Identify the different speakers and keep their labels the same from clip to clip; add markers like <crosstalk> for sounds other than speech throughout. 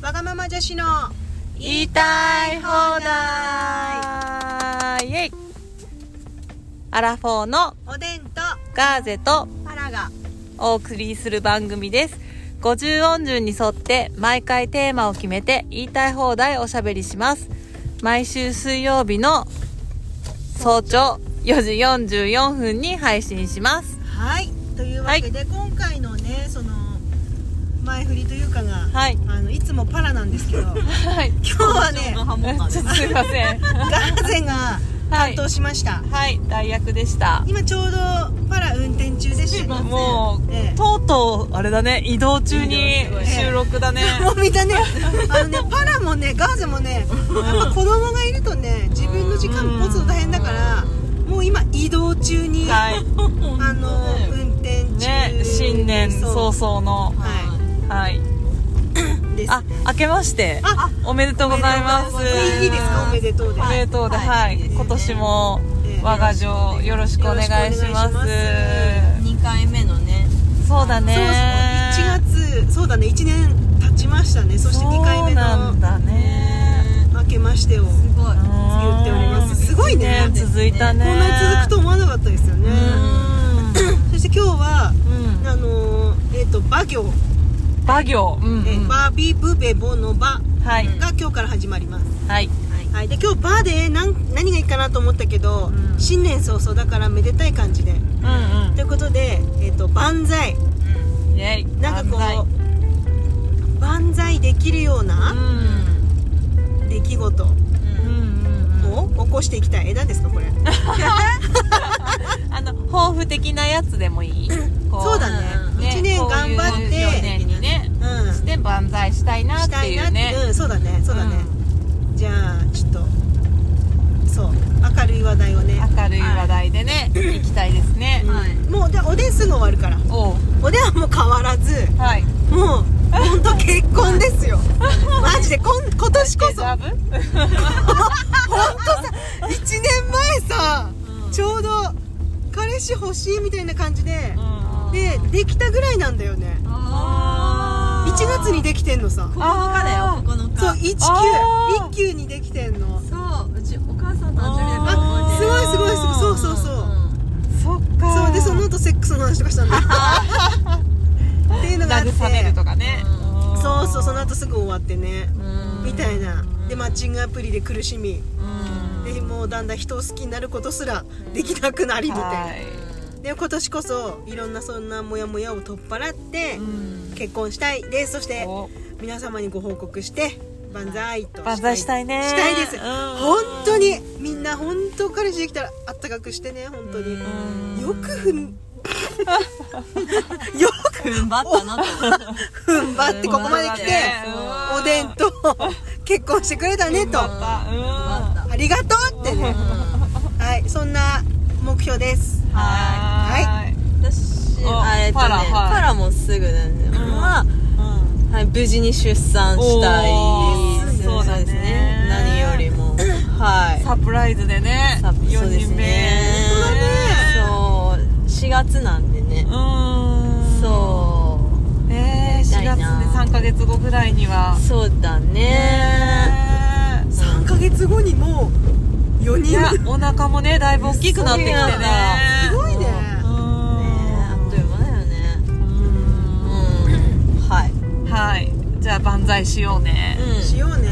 Speaker 1: 山女子の
Speaker 2: 言いたい放題イエイアラフォーの
Speaker 1: おでんと
Speaker 2: ガーゼと
Speaker 1: パラが
Speaker 2: お送りする番組です50音順に沿って毎回テーマを決めて言いたい放題おしゃべりします毎週水曜日の早朝4時44分に配信します
Speaker 1: はいというわけで、今回のねその前振りというかが、
Speaker 2: はい
Speaker 1: あのいつもパラなんですけど
Speaker 2: <laughs>
Speaker 1: 今
Speaker 2: はい
Speaker 1: 日はね
Speaker 2: <laughs> ちょっとすいませ
Speaker 1: ガー
Speaker 2: ん
Speaker 1: ゼが
Speaker 2: は
Speaker 1: 担
Speaker 2: い
Speaker 1: 当しました、
Speaker 2: はい代役でした
Speaker 1: 今ちょうどパラ運転中でしたね
Speaker 2: もう、
Speaker 1: ええ
Speaker 2: とうとうあれだね移動中に収録だね、
Speaker 1: <laughs> もう見たねあのねパラもねガーゼもねやっぱ子供がいるとね自分の時間持つの大変だからもう今移動中に、
Speaker 2: はい
Speaker 1: あの運転中、
Speaker 2: ね新年早
Speaker 1: う
Speaker 2: 々の
Speaker 1: は
Speaker 2: はい
Speaker 1: いです
Speaker 2: あ明けまして
Speaker 1: あ
Speaker 2: おめでとうございます
Speaker 1: いいですかおめでとうで
Speaker 2: おめでとうで
Speaker 3: は
Speaker 2: はいい
Speaker 3: いいですね
Speaker 2: 今年も
Speaker 1: ええ
Speaker 2: 我が城よろしくお願い
Speaker 1: よろしくお
Speaker 2: し
Speaker 1: 願いし
Speaker 2: ま
Speaker 1: ます
Speaker 2: す
Speaker 3: 2回目のね
Speaker 2: そうだね
Speaker 1: そうそう1月そうだね1年経ちましたねそして2回目
Speaker 2: そうなん
Speaker 1: の
Speaker 2: だね
Speaker 1: 「明けまして」をこ
Speaker 3: すごい
Speaker 2: 言
Speaker 1: っておりますすごいね
Speaker 2: 続いたね
Speaker 1: んなに続くと思わなかったですよねそして今日は
Speaker 2: うん
Speaker 1: あのーえっ、と馬行、
Speaker 2: 馬行うん
Speaker 1: えーバービーブベボの馬
Speaker 2: はい
Speaker 1: が今日から始まります、
Speaker 2: はい
Speaker 1: はい、で今日バーで何何がいいかなと思ったけど、
Speaker 2: うん
Speaker 1: 新年早々だからめでたい感じで
Speaker 2: うん
Speaker 1: ということで、えっと万歳
Speaker 2: うんイェイ
Speaker 1: なんか
Speaker 2: 万
Speaker 1: こう万歳できるよう
Speaker 2: 歳う
Speaker 1: なん出来事
Speaker 2: うんうんうん
Speaker 1: を起こしていきたい枝ですかこれ
Speaker 2: あの抱負的なやつでもいいこ
Speaker 1: そうだね一年頑張って
Speaker 2: こういう4年にね
Speaker 1: うん
Speaker 2: して万歳したいなっ
Speaker 1: した
Speaker 2: て
Speaker 1: い
Speaker 2: い
Speaker 1: な
Speaker 2: う
Speaker 1: って
Speaker 2: ね
Speaker 1: うんそうだねそうだね、じゃあちょっとそう明るい話題をね、
Speaker 2: 明るい話題でね行きたいですね
Speaker 1: うん
Speaker 3: はい
Speaker 1: もうでおでんすぐ終わるから
Speaker 2: おう
Speaker 1: おでんはもう変わらず
Speaker 2: はい
Speaker 1: もう本当結婚ですよマジでこん今年こそ
Speaker 2: デザブ
Speaker 1: 本当さ1年前さ、ちょうど彼氏欲しいみたいな感じで、
Speaker 2: あ
Speaker 1: でできたぐらいなんだよね
Speaker 3: あ
Speaker 1: 1月にできてんのさ
Speaker 3: 9日だよ9日
Speaker 1: そう19
Speaker 2: あー
Speaker 1: 一級にできてんの
Speaker 3: そううちお母さん誕生日だから
Speaker 1: あす
Speaker 3: 覚
Speaker 1: ごいすごいすごいそうそうそう、
Speaker 2: ーそっか
Speaker 1: そうでその後セックスの話とかしたんだ
Speaker 2: <laughs>
Speaker 1: っていうのがあって
Speaker 2: 慰めるとかね
Speaker 3: う
Speaker 1: そうそうその後すぐ終わってね
Speaker 3: うん
Speaker 1: みたいなでマッチングアプリで苦しみでもうだんだん人を好きになることすらできなくなりみたいな、
Speaker 2: はい
Speaker 1: で今年こそいろんなそんなモヤモヤを取っ払って
Speaker 2: うん
Speaker 1: 結婚したいですそして
Speaker 2: お
Speaker 1: 皆様にご報告して万歳と
Speaker 2: 万歳したいね
Speaker 1: したいです
Speaker 2: うん
Speaker 1: 本当にみんな本当彼氏できたらあったかくしてね本当に
Speaker 2: うん
Speaker 1: よくふん <laughs> よく
Speaker 3: 踏ん張ったなと
Speaker 1: 踏ん張ってここまで来て
Speaker 2: うん
Speaker 1: おでんと結婚してくれたねと
Speaker 2: う
Speaker 1: あ
Speaker 2: ん
Speaker 1: りがとうってねはいそんな目標です
Speaker 2: はーい
Speaker 3: 私
Speaker 2: あ
Speaker 3: あえっと
Speaker 2: パ
Speaker 3: ね
Speaker 2: ラはい
Speaker 3: パラもすぐなんでまあ
Speaker 1: うん
Speaker 3: はい無事に出産したい
Speaker 2: おー
Speaker 3: です
Speaker 2: そうだね
Speaker 3: です何よりもはい
Speaker 2: サプライズでね
Speaker 3: サプそう
Speaker 2: 4
Speaker 3: です
Speaker 2: 人目
Speaker 3: ねそう4月なんでね
Speaker 2: うーん
Speaker 3: そう
Speaker 2: えー、4
Speaker 3: やりた
Speaker 2: 月
Speaker 3: い
Speaker 2: で
Speaker 3: な
Speaker 2: 3ヶ月後ぐらいには
Speaker 3: うそうだね
Speaker 2: ね
Speaker 1: 3ヶ月後にもう4
Speaker 2: えい
Speaker 1: 人
Speaker 2: やお腹もねだいぶ大きくなってきてね
Speaker 1: すごいね
Speaker 2: う
Speaker 3: ねあっという間だよねうんはい
Speaker 2: んはいじゃあ万歳しようね
Speaker 3: うん
Speaker 1: しようね
Speaker 2: うん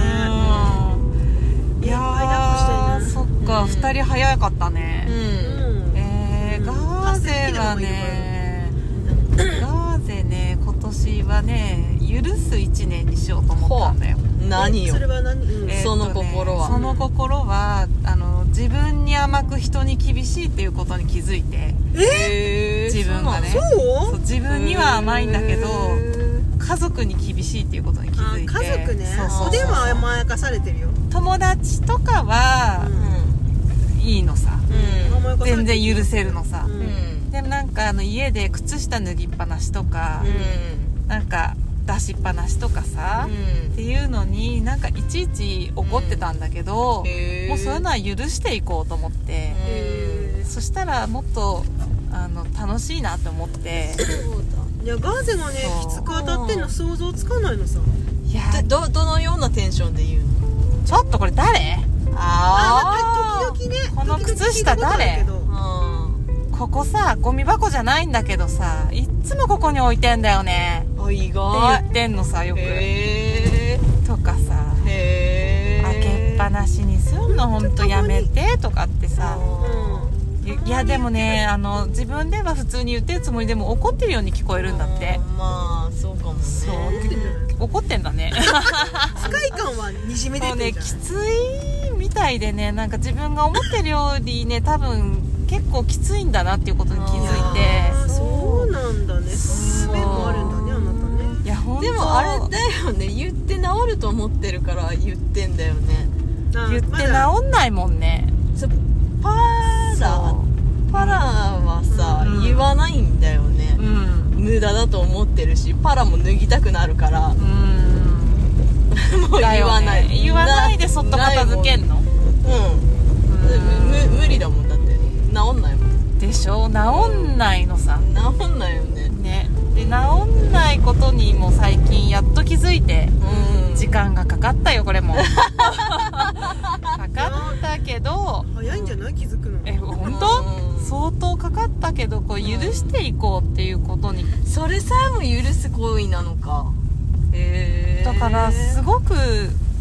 Speaker 1: 間抱っこし
Speaker 2: いやー
Speaker 1: たいな
Speaker 2: そっか
Speaker 3: うん
Speaker 2: 2人早かったね
Speaker 3: うん
Speaker 1: うん
Speaker 2: えー、ガーゼはねガーゼね今年はね許す1年にしようと思ったんだよ、
Speaker 3: 何よ
Speaker 1: それは何うん
Speaker 2: えー
Speaker 3: その心は
Speaker 2: とねその心はあの自分に甘く人に厳しいっていうことに気づいて
Speaker 3: え
Speaker 2: 自分がね
Speaker 1: そ
Speaker 2: そう
Speaker 1: う
Speaker 2: 自分には甘いんだけど家族に厳しいっていうことに気
Speaker 1: あ
Speaker 2: づいて
Speaker 1: 家族ね
Speaker 2: そうそう
Speaker 1: おでんは甘やかされてるよ
Speaker 2: 友達とかは
Speaker 3: う
Speaker 2: いいのさ
Speaker 3: ん
Speaker 1: 甘やかされてる
Speaker 2: 全然許せるのさ、
Speaker 1: う
Speaker 3: うんうんうん
Speaker 2: でもなんかあの家で靴下脱ぎっぱなしとか、なんか出しっぱなしとかさ、っていうのになんかいちいち怒ってたんだけど、もうそういうのは許していこうと思って、
Speaker 1: え
Speaker 2: そしたらもっとあの楽しいなと思って
Speaker 3: そうだ
Speaker 1: ーいやガーゼがね
Speaker 2: そう
Speaker 1: きつく当たってんの想像つかないのさ
Speaker 2: いや
Speaker 3: どどどのようなテンションで言うの
Speaker 2: ちょっとこれ誰
Speaker 1: あーまあ
Speaker 2: ー
Speaker 1: 時々ね
Speaker 2: この靴下
Speaker 1: 時々
Speaker 2: 誰
Speaker 1: 聞いたことある
Speaker 3: うん
Speaker 2: ここさゴミ箱じゃないんだけどさいっつもここに置いてんだよね
Speaker 3: あ
Speaker 2: っ
Speaker 3: 意
Speaker 2: て
Speaker 3: 外
Speaker 2: 言ってんのさよく
Speaker 3: へえ
Speaker 2: とかさ
Speaker 3: へえ
Speaker 2: 開けっぱなしにすんのほんとやめてとかってさいいやでもねあの自分では普通に言ってるつもりでも怒ってるように聞こえるんだって
Speaker 3: まあそうかもね
Speaker 2: そう
Speaker 1: うん
Speaker 2: 怒ってんだね
Speaker 1: 不快感はにじみ出
Speaker 2: もう
Speaker 1: て
Speaker 2: ね
Speaker 1: る
Speaker 2: き
Speaker 1: じゃん
Speaker 2: ついみたいでねなんか自分が思ってるよりね多分結構きついんだなっていうことに気づいて
Speaker 1: あーそうなんだねそういう面もあるんだねあなたね
Speaker 2: いやほんと
Speaker 3: でもあれだよね言って治ると思ってるから言ってんだよね
Speaker 1: あー
Speaker 2: 言って
Speaker 1: まだ
Speaker 2: 治んないもんね
Speaker 3: そうパラ
Speaker 2: そ
Speaker 3: パラはさ、
Speaker 2: うん
Speaker 3: 言わないんだよね
Speaker 2: う、うん
Speaker 3: 無駄だと思ってるしパラも脱ぎたくなるからも
Speaker 2: うん
Speaker 3: う言わな
Speaker 2: だ
Speaker 3: い、
Speaker 2: よね言わないでそっと片付けんの
Speaker 3: うん
Speaker 2: うん
Speaker 3: む無理だもんだって治んないもん
Speaker 2: でしょ治んないのさ
Speaker 3: 治んないよね
Speaker 2: ねで治んないことにも最近やっと気づいて
Speaker 3: うん
Speaker 2: 時間がかかったよこれもかかったけど
Speaker 1: 早いんじゃない気づくの
Speaker 2: え本
Speaker 3: う
Speaker 2: 当
Speaker 3: ん
Speaker 2: 相当かかったけどこう許していこうっていうことに
Speaker 3: それさえも許す行為なのかへえ
Speaker 2: だからすごく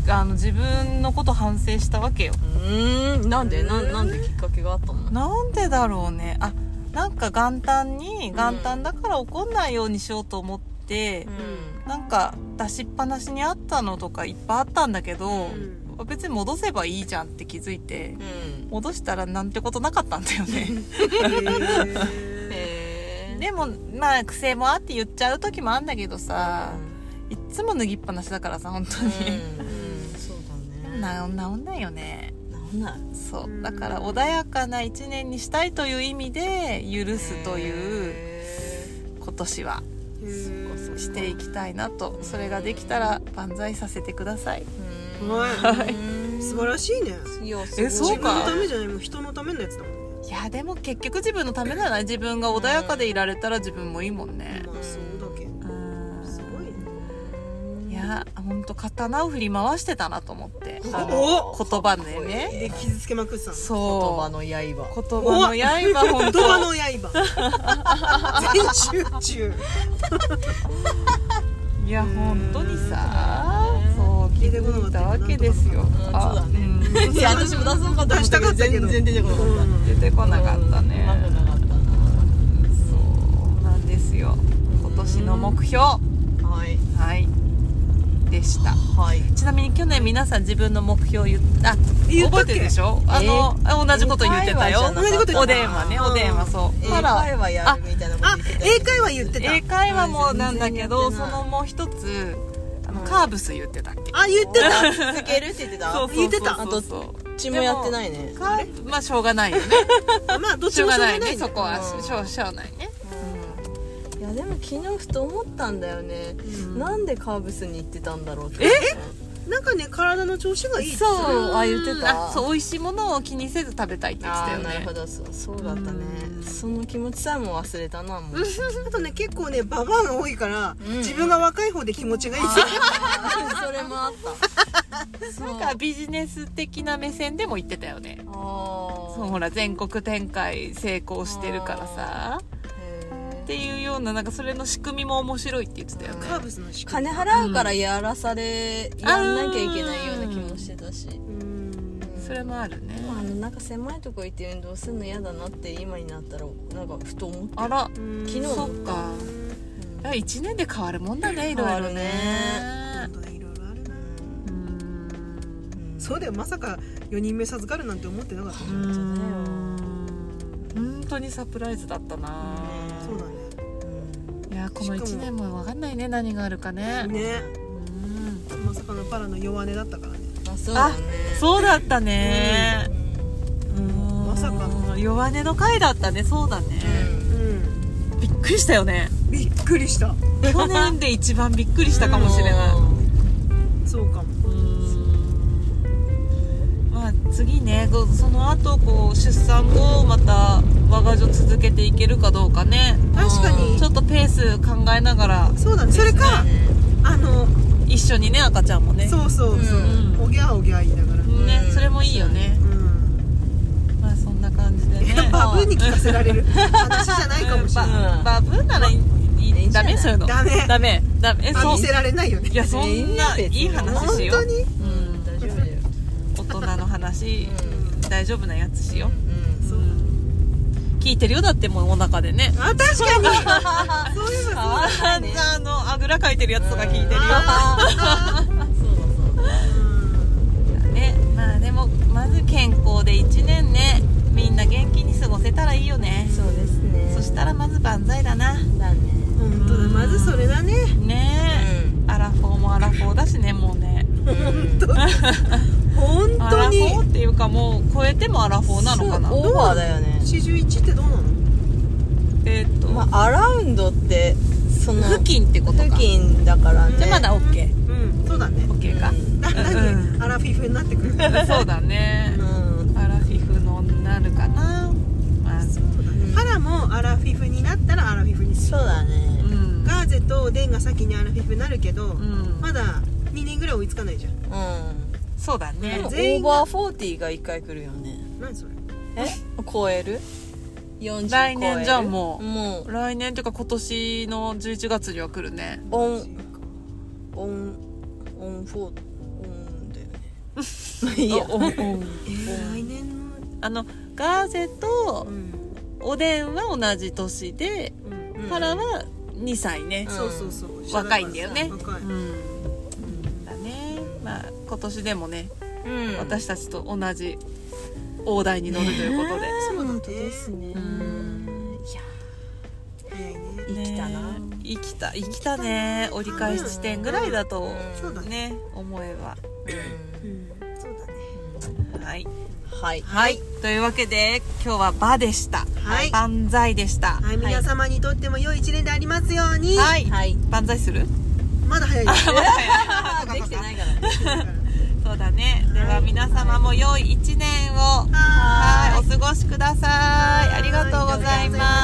Speaker 2: あの自分のこと反省したわけよ
Speaker 3: うーんなんでななんできっかけがあったの
Speaker 2: なんでだろうねあなんか元旦に元旦だから怒んないようにしようと思って、
Speaker 3: う
Speaker 2: なんか出しっぱなしにあったのとかいっぱいあったんだけど、
Speaker 1: ん
Speaker 2: 別に戻せばいいじゃんって気づいて
Speaker 3: ん
Speaker 2: 戻したらなんてことなかったんだよね
Speaker 1: へ
Speaker 3: へえ
Speaker 2: でもまあ癖もあって言っちゃう時もあんだけどさ、いっつも脱ぎっぱなしだからさ本当に、
Speaker 3: うんそうだね
Speaker 2: な治んないよね
Speaker 3: 治んない
Speaker 2: そううんだから穏やかな一年にしたいという意味で許すという
Speaker 3: へ
Speaker 2: 今年は <laughs>
Speaker 1: ー
Speaker 3: そっか
Speaker 2: していきたいなと
Speaker 3: うん
Speaker 2: それができたら万歳させてください
Speaker 3: ーう
Speaker 1: はい
Speaker 3: ん
Speaker 1: 素晴らしいね
Speaker 3: いやすごい
Speaker 2: えそう
Speaker 1: 自
Speaker 2: か
Speaker 1: 分のためじゃないもう人のためのやつだもんね
Speaker 2: いやでも結局自分のためじゃない自分が穏やかでいられたら自分もいいもんね
Speaker 1: まあそうだけど
Speaker 2: うん
Speaker 1: すごいね
Speaker 2: いやほんと刀を振り回してたなと思って
Speaker 1: お
Speaker 2: あの
Speaker 1: お
Speaker 2: 言葉でね
Speaker 1: で傷つけまくってたの
Speaker 3: 言葉
Speaker 2: そう
Speaker 3: の刃
Speaker 2: 言葉の刃ほんと
Speaker 1: 言葉の刃全集中
Speaker 2: いや本当にさそう気
Speaker 1: 聞いてこな
Speaker 2: づ
Speaker 1: か
Speaker 2: い
Speaker 1: ったた
Speaker 2: わけですよ
Speaker 3: うんそうだね
Speaker 2: ん
Speaker 3: いや私も出そうかと思
Speaker 1: 出したかったけど
Speaker 3: 全然出てこなかった
Speaker 1: うん
Speaker 2: 出てこなかったね
Speaker 3: うんなかった
Speaker 2: そうなんですよ今年の目標
Speaker 3: なはい
Speaker 2: はいでした
Speaker 3: はい
Speaker 2: ちなみに去年皆さん自分の目標言ったあ
Speaker 1: 言った
Speaker 2: 覚
Speaker 1: っけ
Speaker 2: えてるでしょあの、同じこと言ってたよ
Speaker 3: 英会話じゃなかった
Speaker 1: 同じこと言ってた
Speaker 2: お電話ね
Speaker 1: うん
Speaker 2: お電話そう
Speaker 3: 英
Speaker 2: ただ
Speaker 3: 会話やるみたいなこと
Speaker 1: あ
Speaker 3: 言ってたよ
Speaker 1: 英会話言ってた
Speaker 2: 英会話もなんだけど
Speaker 3: 全然
Speaker 2: そ
Speaker 3: やってない
Speaker 2: のもう一つあの、
Speaker 3: うん
Speaker 2: カーブス言ってたっけ
Speaker 1: あ言ってた
Speaker 3: 続けるって言ってた
Speaker 1: う言ってた
Speaker 2: あとどっ
Speaker 3: うちもやってないね
Speaker 2: カーブまあしょうが
Speaker 3: <laughs>
Speaker 2: ないよね
Speaker 1: まあどっ
Speaker 2: し
Speaker 1: ち
Speaker 2: ょう
Speaker 1: もしょ
Speaker 2: が
Speaker 1: うが
Speaker 2: な
Speaker 1: ないい
Speaker 2: ね
Speaker 1: ね
Speaker 2: そこは
Speaker 3: うん
Speaker 2: しょうしょうがないね
Speaker 3: いやでも昨日ふと思ったんだよね
Speaker 2: うん
Speaker 3: なんでカーブスに行ってたんだろうって
Speaker 1: なんかね体の調子がいいって
Speaker 3: そうあ言ってた
Speaker 2: あそう美味しいものを気にせず食べたいって言って
Speaker 3: あ
Speaker 2: たよ
Speaker 3: ーな
Speaker 2: ね
Speaker 3: るほどそうそうだったね
Speaker 2: うん
Speaker 3: その気持ちさえも忘れたな
Speaker 2: <laughs>
Speaker 3: もう
Speaker 1: あとね結構ねババアが多いから、
Speaker 3: うん
Speaker 1: 自分が若い方で気持ちがいい
Speaker 3: それもあったそう
Speaker 2: なんかビジネス的な目線でも言ってたよね
Speaker 3: あ
Speaker 2: そうほら全国展開成功してるからさ
Speaker 3: う
Speaker 2: っていうようななんかそれの仕組みも面白いって言ってたよね
Speaker 1: カーブスの仕組
Speaker 3: 金
Speaker 1: み
Speaker 3: 払うからやらされ、やんなきゃいけないような気もしてたし、
Speaker 1: うん
Speaker 2: それもあるね
Speaker 3: まああのなんか狭いとこ行って運動するの嫌だなって今になったらなんかふと思って
Speaker 2: あら
Speaker 1: うん
Speaker 3: 昨日
Speaker 2: そっかいや1年で変わるもんだねいろいろね
Speaker 1: 本当ねいろいろあるな
Speaker 2: うー
Speaker 3: うんん
Speaker 1: そうだよまさか4人目授かるなんて思ってなかった、
Speaker 3: 本当だよ
Speaker 2: 本当にサプライズだったな
Speaker 1: そうだね
Speaker 2: いやこの1年も分かんないね何があるかね
Speaker 1: ね
Speaker 2: うん
Speaker 1: まさかのパラの弱音だったからね
Speaker 3: あそうだね
Speaker 2: そうだったね
Speaker 3: うん
Speaker 2: うん
Speaker 1: まさかの
Speaker 2: 弱音の回だったねそうだね
Speaker 1: うん
Speaker 2: びっくりしたよね
Speaker 1: びっくりした
Speaker 2: 去年で一番びっくりしたかもしれない
Speaker 1: <laughs> そうかも
Speaker 2: まあ次ねごその後こう出産後また我が女続けていけけるかどうかね
Speaker 1: 確かに
Speaker 2: ちょっとペース考えながら
Speaker 1: そうだねそれか
Speaker 3: うん
Speaker 1: ああの
Speaker 2: 一緒にね赤ちゃんもね
Speaker 1: そうそうそう、
Speaker 2: うん
Speaker 1: おぎゃおぎゃ言いながら、う
Speaker 2: ね
Speaker 3: うん
Speaker 2: それもいいよね、
Speaker 1: ん
Speaker 2: まあそんな感じでね
Speaker 1: バブーに聞かせられる私じゃないかもしれない、
Speaker 2: ババブーならいいいい
Speaker 3: いいんじゃ
Speaker 2: ダ
Speaker 3: ない
Speaker 2: メそういうの
Speaker 1: ダメ
Speaker 2: ダメダメえ
Speaker 1: あ
Speaker 2: そう
Speaker 1: 見せられないよね
Speaker 2: いやそんないい話
Speaker 1: 本
Speaker 2: しよ
Speaker 1: 当
Speaker 2: う
Speaker 1: に
Speaker 3: うん大丈夫だよ
Speaker 2: 大人の話、大丈夫なやつしよ
Speaker 3: うん
Speaker 2: う、
Speaker 1: そう
Speaker 2: 聞いてるよだってもうお腹でね
Speaker 1: あ確かにそういえばそうだ
Speaker 2: あーじゃああのあぐらかいてるやつとか聞いてるよ、
Speaker 1: あー
Speaker 3: そうだそうだ
Speaker 1: うん
Speaker 2: ねまあでもまず健康で1年ねみんな元気に過ごせたらいいよね
Speaker 3: そうですね
Speaker 2: そしたらまず万歳だな
Speaker 3: だね
Speaker 1: 本当だまずそれだね
Speaker 2: ねえ、アラフォーもアラフォーだしねもうね
Speaker 1: 本当だ本
Speaker 2: ア
Speaker 1: 当
Speaker 2: ラフ
Speaker 1: に
Speaker 2: ォーっていうかもう超えてもアラフォーなのかな
Speaker 3: そうオーバーだよね
Speaker 1: 41ってどうなの
Speaker 2: えーっと、
Speaker 3: まあアラウンドってそ <laughs> の
Speaker 2: 付近ってことか
Speaker 3: 付近だからね
Speaker 2: じゃあまだ OK
Speaker 1: うんそうだね
Speaker 2: OK か、
Speaker 1: ななんでアラフィフになってくるの
Speaker 2: そうだね
Speaker 3: う、ん
Speaker 2: アラフィフのなるかなまあ
Speaker 1: そうだねパラもアラフィフになったらアラフィフにする
Speaker 3: そうだね
Speaker 2: うん
Speaker 1: ガーゼとおでんが先にアラフィフになるけど
Speaker 2: うん
Speaker 1: まだ2年ぐらい追いつかないじゃん
Speaker 3: うん
Speaker 2: そうだね
Speaker 3: でもオ
Speaker 1: 全員
Speaker 3: ー
Speaker 1: が
Speaker 3: バーフォーティーが一回来るよね
Speaker 1: 何それ
Speaker 3: え超える40超え
Speaker 2: 来
Speaker 3: る
Speaker 2: 年じゃあもう
Speaker 3: もう
Speaker 2: 来年っていうか今年の11月には来るね
Speaker 3: オンオンオンフォーオンだよねまあいい <laughs> や
Speaker 2: あおお
Speaker 1: えー来年の
Speaker 2: あのガーゼと
Speaker 1: うん
Speaker 2: おでんは同じ年で、
Speaker 1: うん
Speaker 3: うん
Speaker 2: パラは2歳ね、
Speaker 1: そうそうそう一緒だから
Speaker 2: 若いんだよね
Speaker 1: 若い
Speaker 2: うん、だねまあ今年でもね、
Speaker 3: うん
Speaker 2: 私たちと同じ大台に乗るということで、
Speaker 3: ねえ
Speaker 1: そうだね
Speaker 3: 本当ですね
Speaker 2: うん
Speaker 3: いや
Speaker 1: 早いね
Speaker 3: 生きたな
Speaker 2: ねえ生きた生きたね折り返し地点ぐらいだと
Speaker 1: そうだね
Speaker 2: ね思えば
Speaker 1: うんそうだね
Speaker 2: はい
Speaker 3: はい
Speaker 2: はいというわけで今日は「ば」でした
Speaker 1: はい
Speaker 2: 万歳でした
Speaker 1: はい皆様にとっても良い一年でありますように
Speaker 2: はい、
Speaker 3: はい
Speaker 2: 万歳する
Speaker 1: まだ早いよ
Speaker 3: あ <laughs> できてないから
Speaker 2: そうだねでは皆様も良い一年を
Speaker 1: <laughs> はーい
Speaker 2: はいお過ごしくださいありがとうございます